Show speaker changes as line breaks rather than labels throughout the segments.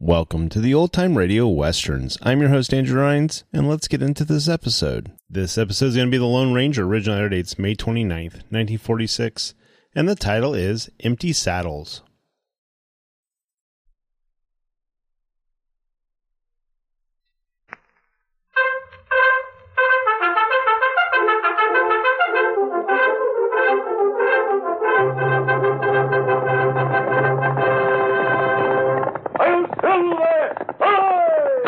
Welcome to the Old Time Radio Westerns. I'm your host, Andrew Rhines, and let's get into this episode. This episode is going to be The Lone Ranger. Original air date's May 29th, 1946, and the title is Empty Saddles.
El Silver! Ahoy!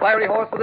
fiery horse with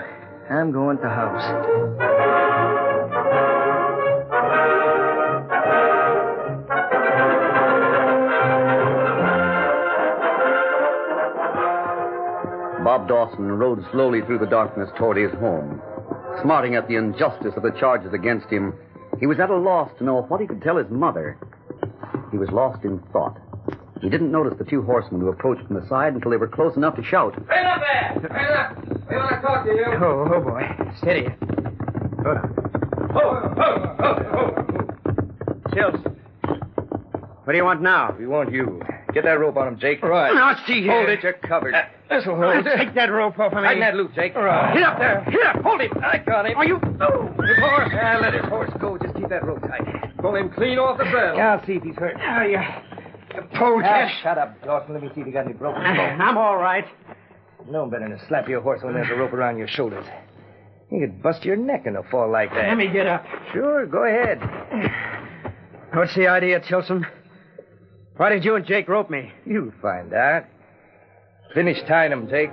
I'm going to the house.
Bob Dawson rode slowly through the darkness toward his home. Smarting at the injustice of the charges against him, he was at a loss to know what he could tell his mother. He was lost in thought. He didn't notice the two horsemen who approached from the side until they were close enough to shout.
Right up there! Right up! We want to talk to you.
Oh, oh boy. Steady.
Oh,
Tilson.
What do you want now? We want you. Get that rope on him, Jake.
Right.
Now,
see here.
Hold it, you're covered.
This'll
Take
that rope off of
Tighten that loop, Jake.
Hit up there. Hit up. Hold him. I got him. Are you? No. His horse.
Yeah, let his horse go. Just keep that rope tight.
Pull him clean off the barrel.
Yeah, I'll see if he's hurt.
Oh, yeah.
Oh,
Poor
ah, shut up, Dawson. Let me see if you got any broken bones.
I'm all right.
No better than to slap your horse when there's a rope around your shoulders. You could bust your neck in a fall like that.
Let me get up.
Sure, go ahead.
What's the idea, Tilson? Why did you and Jake rope me?
You'll find out. Finish tying him, Jake.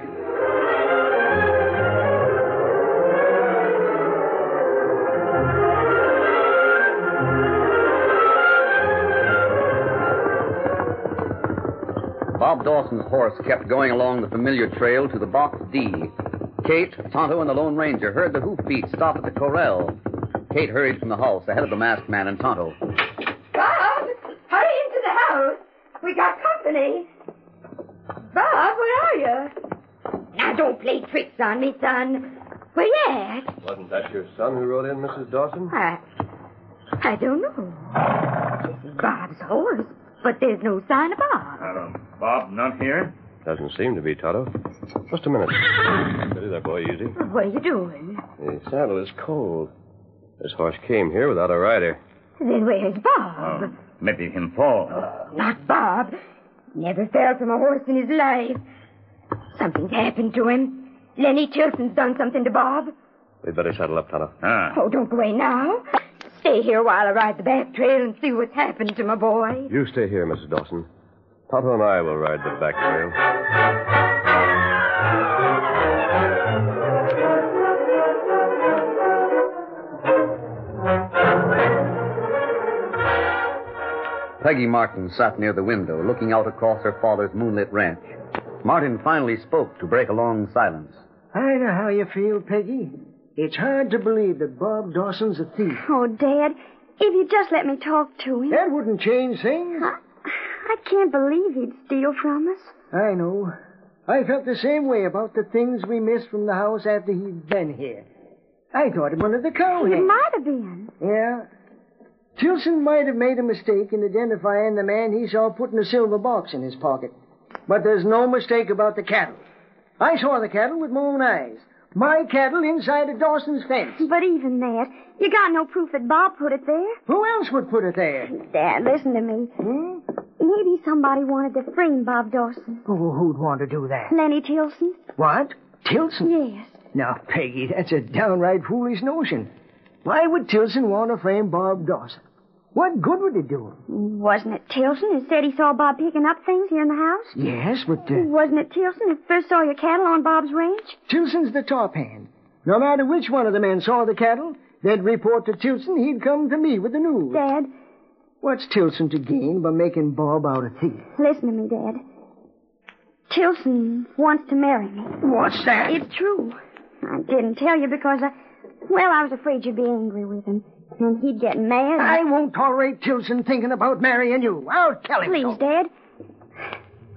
Bob Dawson's horse kept going along the familiar trail to the box D. Kate, Tonto, and the Lone Ranger heard the hoofbeat stop at the corral. Kate hurried from the house ahead of the masked man and Tonto.
Bob, hurry into the house. We got company. Bob, where are you? Now, don't play tricks on me, son. Where you at?
Wasn't that your son who rode in, Mrs. Dawson?
I, I don't know. This is Bob's horse, but there's no sign of Bob.
Bob, not here? Doesn't seem to be, Toto. Just a minute. Steady that boy easy.
What are you doing?
The saddle is cold. This horse came here without a rider.
Then where's Bob?
Maybe him fall.
Not Bob. Never fell from a horse in his life. Something's happened to him. Lenny Tilson's done something to Bob.
We'd better saddle up, Toto.
Oh, don't go away now. Stay here while I ride the back trail and see what's happened to my boy.
You stay here, Mrs. Dawson. Toto and I will ride the back trail.
Peggy Martin sat near the window, looking out across her father's moonlit ranch. Martin finally spoke to break a long silence.
I know how you feel, Peggy. It's hard to believe that Bob Dawson's a thief.
Oh, Dad, if you just let me talk to him.
That wouldn't change things.
I can't believe he'd steal from us.
I know. I felt the same way about the things we missed from the house after he'd been here. I thought it one of the
It
cowhands.
might have been.
Yeah. Tilson might have made a mistake in identifying the man he saw putting a silver box in his pocket. But there's no mistake about the cattle. I saw the cattle with my own eyes. My cattle inside of Dawson's fence.
But even that, you got no proof that Bob put it there.
Who else would put it there?
Dad, listen to me.
Hmm?
Maybe somebody wanted to frame Bob Dawson.
Oh, who'd want to do that?
Lenny Tilson?
What? Tilson?
Yes.
Now, Peggy, that's a downright foolish notion. Why would Tilson want to frame Bob Dawson? What good would it do him?
Wasn't it Tilson who said he saw Bob picking up things here in the house?
Yes, but uh,
Wasn't it Tilson who first saw your cattle on Bob's ranch?
Tilson's the top hand. No matter which one of the men saw the cattle, they'd report to Tilson he'd come to me with the news.
Dad,
What's Tilson to gain by making Bob out a thief?
listen to me, Dad. Tilson wants to marry me.
What's that?
It's true. I didn't tell you because I, well, I was afraid you'd be angry with him, and he'd get mad.
I won't tolerate Tilson thinking about marrying you. I'll tell him.
Please,
so.
Dad.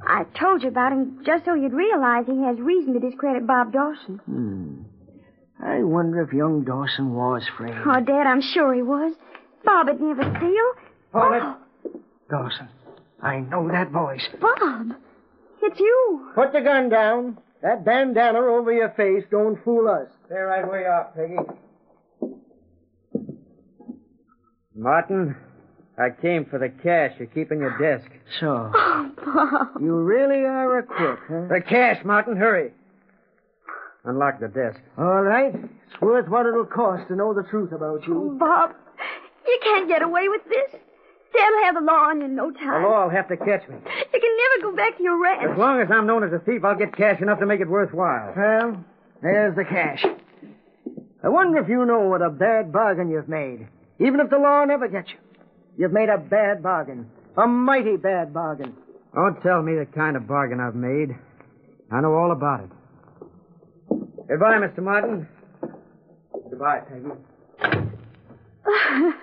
I told you about him just so you'd realize he has reason to discredit Bob Dawson.
Hmm. I wonder if young Dawson was framed.
Oh, Dad, I'm sure he was. Bob would never steal.
Oh, that- Dawson. I know that voice.
Bob, it's you.
Put the gun down. That bandana over your face don't fool us. Stay right where you are, Peggy.
Martin,
I came for the cash you keep in your desk.
So,
You really are a crook, huh?
The cash, Martin, hurry.
Unlock the desk.
All right. It's worth what it'll cost to know the truth about you.
Bob, you can't get away with this. They'll have the law on you in no time.
The law will have to catch me.
You can never go back to your ranch.
As long as I'm known as a thief, I'll get cash enough to make it worthwhile.
Well, there's the cash. I wonder if you know what a bad bargain you've made. Even if the law never gets you. You've made a bad bargain. A mighty bad bargain.
Don't tell me the kind of bargain I've made. I know all about it. Goodbye, Mr. Martin. Goodbye, Peggy.
Oh,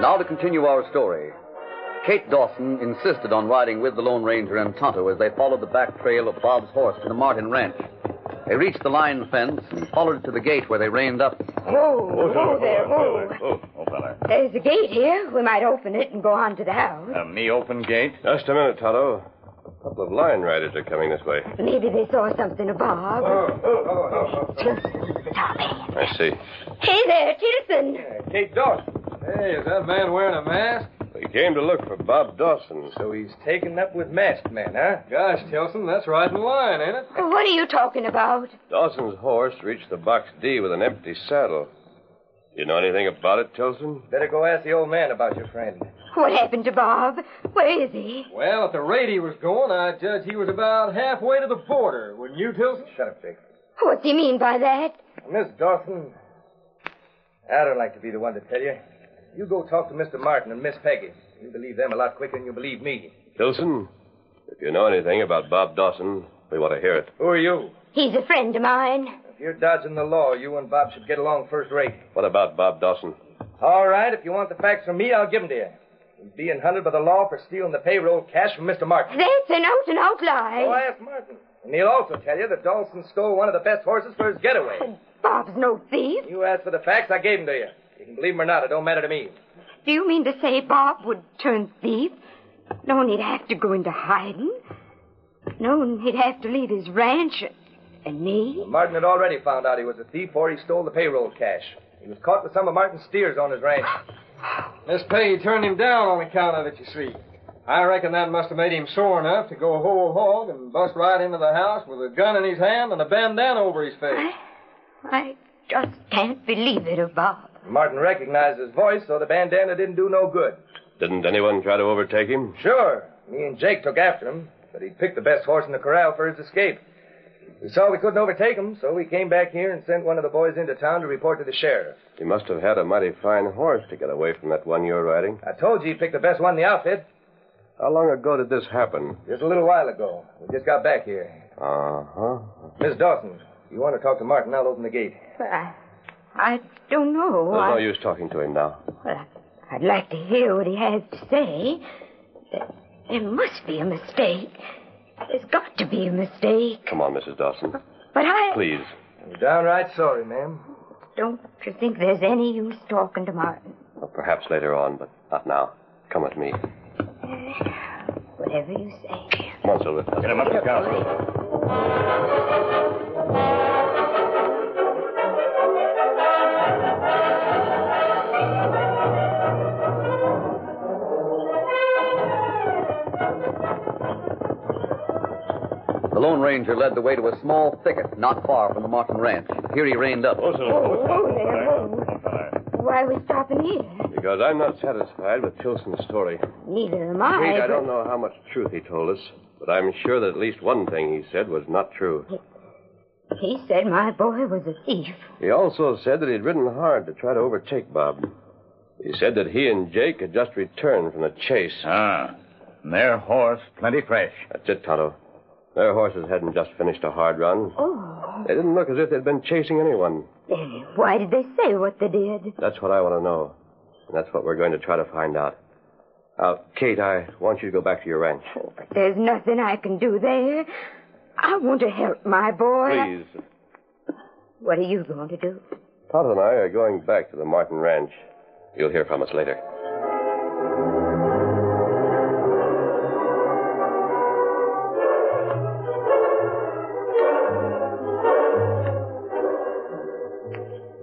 Now to continue our story. Kate Dawson insisted on riding with the Lone Ranger and Tonto as they followed the back trail of Bob's horse to the Martin Ranch. They reached the line fence and followed it to the gate where they reined up.
Whoa, whoa there, whoa.
Oh, old fella.
There's a gate here. We might open it and go on to the house.
A Uh, me open gate? Just a minute, Tonto. A couple of line riders are coming this way.
Maybe they saw something of Bob.
Oh.
I see.
Hey there, Tilson.
Kate Dawson. Hey, is that man wearing a mask? They came to look for Bob Dawson. So he's taken up with masked men, huh?
Gosh, Tilson, that's right in line, ain't it?
What are you talking about?
Dawson's horse reached the box D with an empty saddle. You know anything about it, Tilson? Better go ask the old man about your friend.
What happened to Bob? Where is he?
Well, at the rate he was going, I judge he was about halfway to the border, wouldn't you, Tilson? Shut up, Jake.
What's he mean by that?
Miss Dawson, I don't like to be the one to tell you. You go talk to Mr. Martin and Miss Peggy. You believe them a lot quicker than you believe me.
Tilson, if you know anything about Bob Dawson, we want to hear it.
Who are you?
He's a friend of mine.
If you're dodging the law, you and Bob should get along first rate.
What about Bob Dawson?
All right, if you want the facts from me, I'll give 'em to you. He's being hunted by the law for stealing the payroll cash from Mr. Martin.
That's an out and out lie.
Go ask Martin. And he'll also tell you that Dawson stole one of the best horses for his getaway.
Bob's no thief.
You asked for the facts, I gave 'em to you. You can believe 'em or not, it don't matter to me.
Do you mean to say Bob would turn thief? No one he'd have to go into hiding. No one he'd have to leave his ranch. And me?
Martin had already found out he was a thief, or he stole the payroll cash. He was caught with some of Martin's steers on his ranch.
Miss Peggy turned him down on account of it, you see. I reckon that must have made him sore enough to go whole hog and bust right into the house with a gun in his hand and a bandana over his face.
I just can't believe it of Bob.
Martin recognized his voice, so the bandana didn't do no good.
Didn't anyone try to overtake him?
Sure, me and Jake took after him, but he picked the best horse in the corral for his escape. We saw we couldn't overtake him, so we came back here and sent one of the boys into town to report to the sheriff.
He must have had a mighty fine horse to get away from that one you're riding.
I told you he picked the best one in the outfit
How long ago did this happen?
just a little while ago. We just got back here.
Uh huh.
Miss Dawson, you want to talk to Martin? I'll open the gate.
I, I don't know.
There's no
I,
use talking to him now.
well, I'd like to hear what he has to say. There- There must be a mistake. There's got to be a mistake.
Come on, Mrs. Dawson.
But I
Please.
I'm downright sorry, ma'am.
don't you think there's any use talking to Martin.
Well, perhaps later on, but not now. Come with me.
Whatever you say.
Come on, Silver. Get him up the council.
Lone Ranger led the way to a small thicket not far from the Martin Ranch. Here he reined up.
Oh, there, oh. Why are we stopping here?
Because I'm not satisfied with Tilson's story.
Neither am I.
Indeed, I
but-
don't know how much truth he told us, but I'm sure that at least one thing he said was not true.
He said my boy was a thief.
He also said that he'd ridden hard to try to overtake Bob. He said that he and Jake had just returned from the chase. Ah, and their horse plenty fresh. That's it, Tonto. Their horses hadn't just finished a hard run.
Oh,
They didn't look as if they'd been chasing anyone.
then why did they say what they did?
That's what I want to know. And that's what we're going to try to find out. Now, Kate, I want you to go back to your ranch.
But there's nothing I can do there. I want to help my boy.
Please.
What are you going to do?
Tonto and I are going back to the Martin Ranch. You'll hear from us later.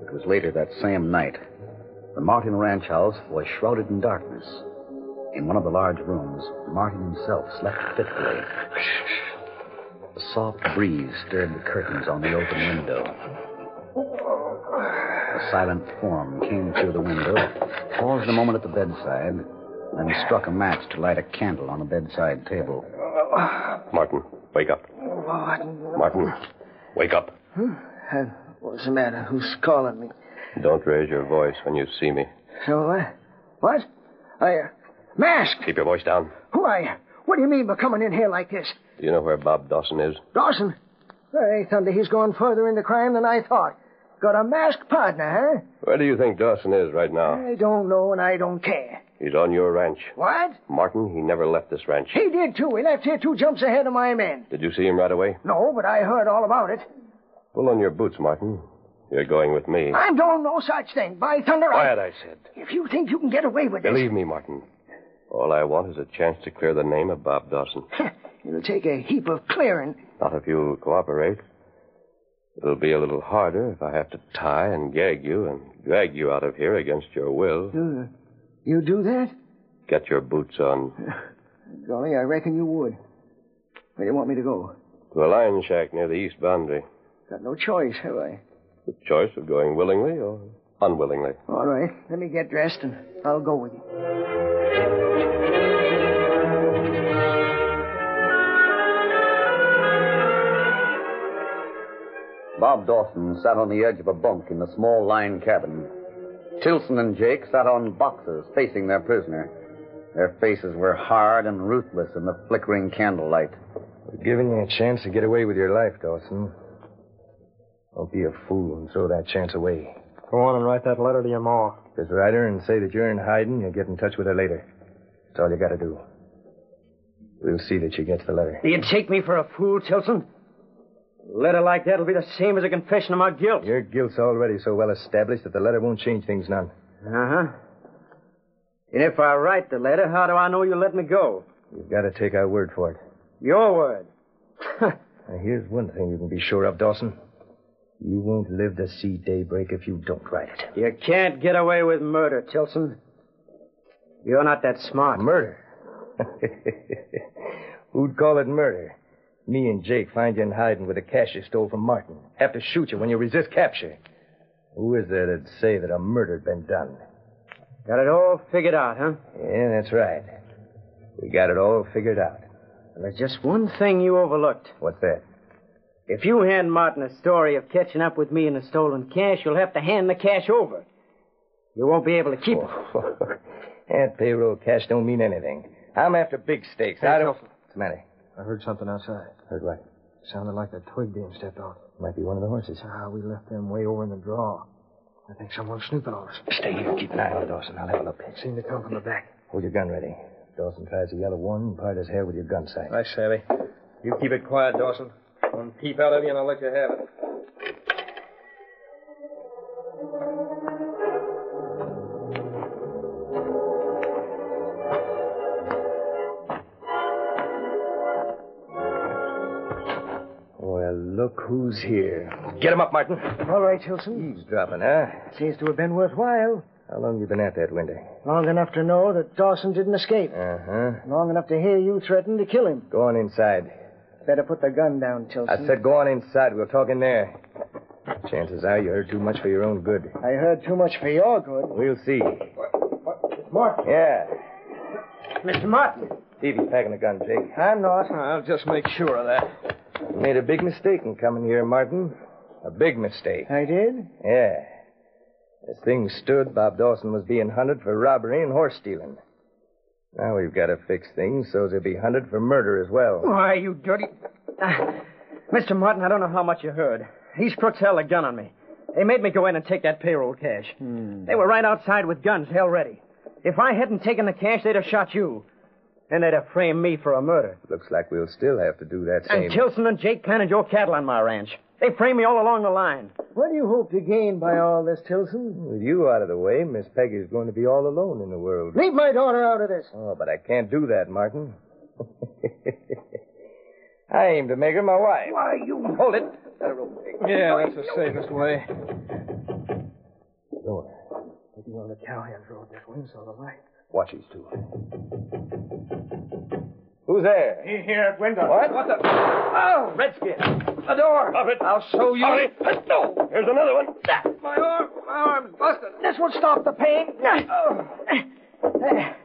It was later that same night. The Martin ranch house was shrouded in darkness. In one of the large rooms, Martin himself slept fitfully. A soft breeze stirred the curtains on the open window. A silent form came through the window, paused a moment at the bedside, then struck a match to light a candle on a bedside table.
Martin, wake up. Martin, wake up.
Oh, Uh, what's the matter? Who's calling me?
Don't raise your voice when you see me.
So, uh, what? I, uh, Mask!
Keep your voice down.
Who are you? What do you mean by coming in here like this?
Do you know where Bob Dawson is?
Dawson? Hey, Thunder, he's gone further into crime than I thought. Got a masked partner,
Where do you think Dawson is right
huh?
now?
I don't know and I don't care.
He's on your ranch.
What?
Martin, he never left this ranch.
He did too. He left here two jumps ahead of my men.
Did you see him right away?
No, but I heard all about it.
Pull on your boots, Martin. You're going with me.
I don't know such thing. By thunder,
Quiet,
I...
I said.
If you think you can get away with this,
Believe me, Martin. All I want is a chance to clear the name of Bob Dawson.
it'll take a heap of clearing.
Not if you cooperate. It'll be a little harder if I have to tie and gag you and drag you out of here against your will.
You, you do that?
Get your boots on.
Golly, I reckon you would. Where do you want me to go?
To a lion shack near the east boundary.
Got no choice, have I?
The choice of going willingly or unwillingly.
All right, let me get dressed and I'll go with you.
Bob Dawson sat on the edge of a bunk in the small line cabin. Tilson and Jake sat on boxes facing their prisoner. Their faces were hard and ruthless in the flickering candlelight.
We're giving you a chance to get away with your life, Dawson. Hmm? Don't be a fool and throw that chance away.
Go on and write that letter to your ma.
Just write her and say that you're in hiding. You'll get in touch with her later. That's all you got to do. We'll see that she gets the letter.
Do you take me for a fool, Tilson? A letter like that'll be the same as a confession of my guilt.
Your guilt's already so well established that the letter won't change things none.
Uh huh. And if I write the letter, how do I know you'll let me go?
You've got to take our word for it.
Your word.
Now, here's one thing you can be sure of, Dawson. You won't live to see daybreak if you don't write it.
You can't get away with murder, Tilson. You're not that smart.
Murder? Who'd call it murder? Me and Jake find you in hiding with the cash you stole from Martin. Have to shoot you when you resist capture. Who is there that'd say that a murder'd been done?
Got it all figured out, huh?
Yeah, that's right. We got it all figured out.
There's just one thing you overlooked.
What's that?
If you hand Martin a story of catching up with me and the stolen cash, you'll have to hand the cash over. You won't be able to keep it.
That payroll cash don't mean anything. I'm after big stakes. I don't. What's the matter?
I heard something outside.
Heard what?
Sounded like that twig being stepped on.
Might be one of the horses.
Ah, we left them way over in the draw. I think someone's snooping on us.
Stay here. Keep an eye on it, Dawson. I'll have a look.
Seem to come from the back.
Hold your gun ready. Dawson tries to yell at one and part his hair with your gun sight.
I savvy.
You keep it quiet, Dawson.
One peep out of you and I'll let you have it.
Well, look who's here. Get him up, Martin.
All right, Tilson.
Eavesdropping, huh?
Seems to have been worthwhile.
How long you been at that window?
Long enough to know that Dawson didn't escape.
Uh huh.
Long enough to hear you threaten to kill him.
Go on inside.
Better put the gun down, Tilson.
I said go on inside. We'll talk in there. Chances are you heard too much for your own good.
I heard too much for your good.
We'll see.
Martin.
Yeah.
Mr. Martin.
Stevie's packing the gun, Jake.
I'm not.
I'll just make sure of that. You made a big mistake in coming here, Martin. A big mistake.
I did?
Yeah. As things stood, Bob Dawson was being hunted for robbery and horse stealing. Now we've got to fix things so he'll be hunted for murder as well.
Why, you dirty. Ah, Mr. Martin, I don't know how much you heard. These crooks held a gun on me. They made me go in and take that payroll cash.
Hmm.
They were right outside with guns held ready. If I hadn't taken the cash, they'd have shot you. And they'd have framed me for a murder.
Looks like we'll still have to do that same.
And Tilson and Jake planted your cattle on my ranch. They framed me all along the line.
What do you hope to gain by all this, Tilson?
With you out of the way, Miss Peggy's going to be all alone in the world.
Leave my daughter out of this.
Oh, but I can't do that, Martin. I aim to make her my wife. Why, you hold it.
Yeah, that's the safest way.
Taking on the cowhands road this way, so the light.
Watch these two. Who's there?
He here at window.
What? What
the? Oh, Redskin. The door. Stop it. I'll show you.
No. Here's another one.
My arm. My arm's busted.
This will stop the pain.
Oh.
There.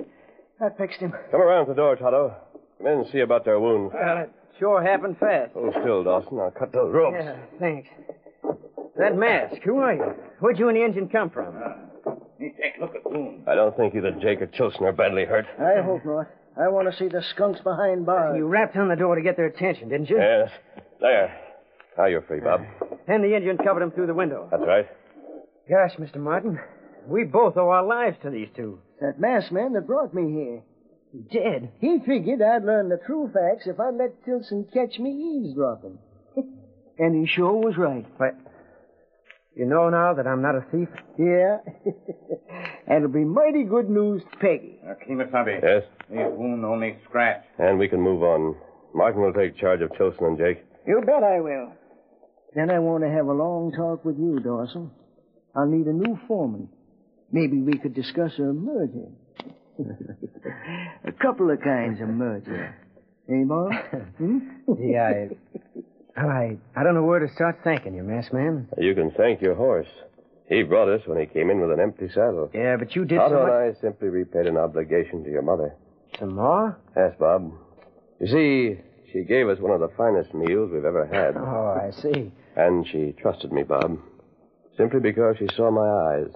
That fixed him.
Come around to the door, Toto. Come in and see about their wounds.
Well, it sure happened fast.
Hold still, Dawson. I'll cut those ropes.
Yeah, thanks. That mask. Who are you? Where'd you and the engine come from?
You take a look at wounds. I don't think either Jake or Chilson are badly hurt.
I hope not. I want to see the skunks behind bars.
You rapped on the door to get their attention, didn't you?
Yes. There. Now you're free, Bob.
And the engine covered him through the window.
That's right.
Gosh, Mr. Martin, we both owe our lives to these two.
That masked man that brought me here.
Dead.
He figured I'd learn the true facts if I let Tilson catch me eavesdropping. and he sure was right.
But you know now that I'm not a thief?
Yeah. That'll be mighty good news to Peggy.
Kimasabi. Yes?
These wound only scratch.
And we can move on. Martin will take charge of Tilson and Jake.
You bet I will. Then I want to have a long talk with you, Dawson. I'll need a new foreman. Maybe we could discuss a merger. a couple of kinds of merger. Eh, Bob? Hmm?
Yeah, I, I, I don't know where to start thanking you, masked man.
You can thank your horse. He brought us when he came in with an empty saddle.
Yeah, but you did
Otto
so much.
and I simply repaid an obligation to your mother.
Some more?
Yes, Bob. You see, she gave us one of the finest meals we've ever had.
Oh, I see.
And she trusted me, Bob. Simply because she saw my eyes.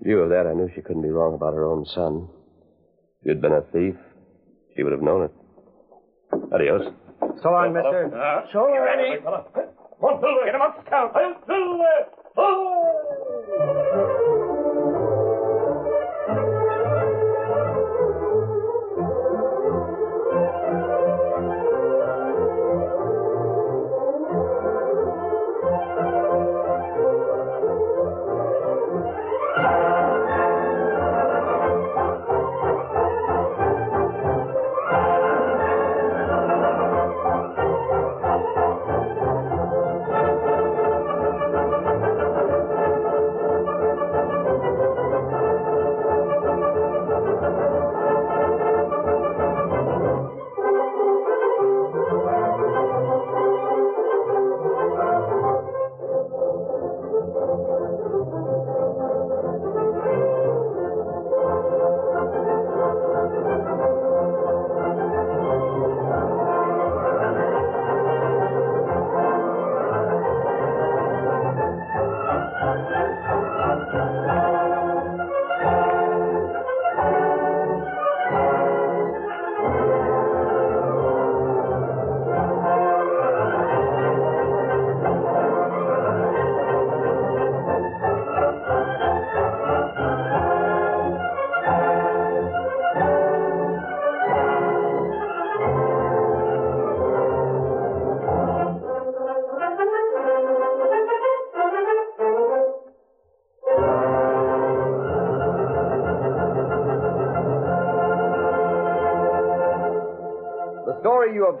In view of that, I knew she couldn't be wrong about her own son. If you'd been a thief, she would have known it. Adios.
So long, mister.
So long.
uh, Ready? One, two, get him up. Count. One, two,
The story you have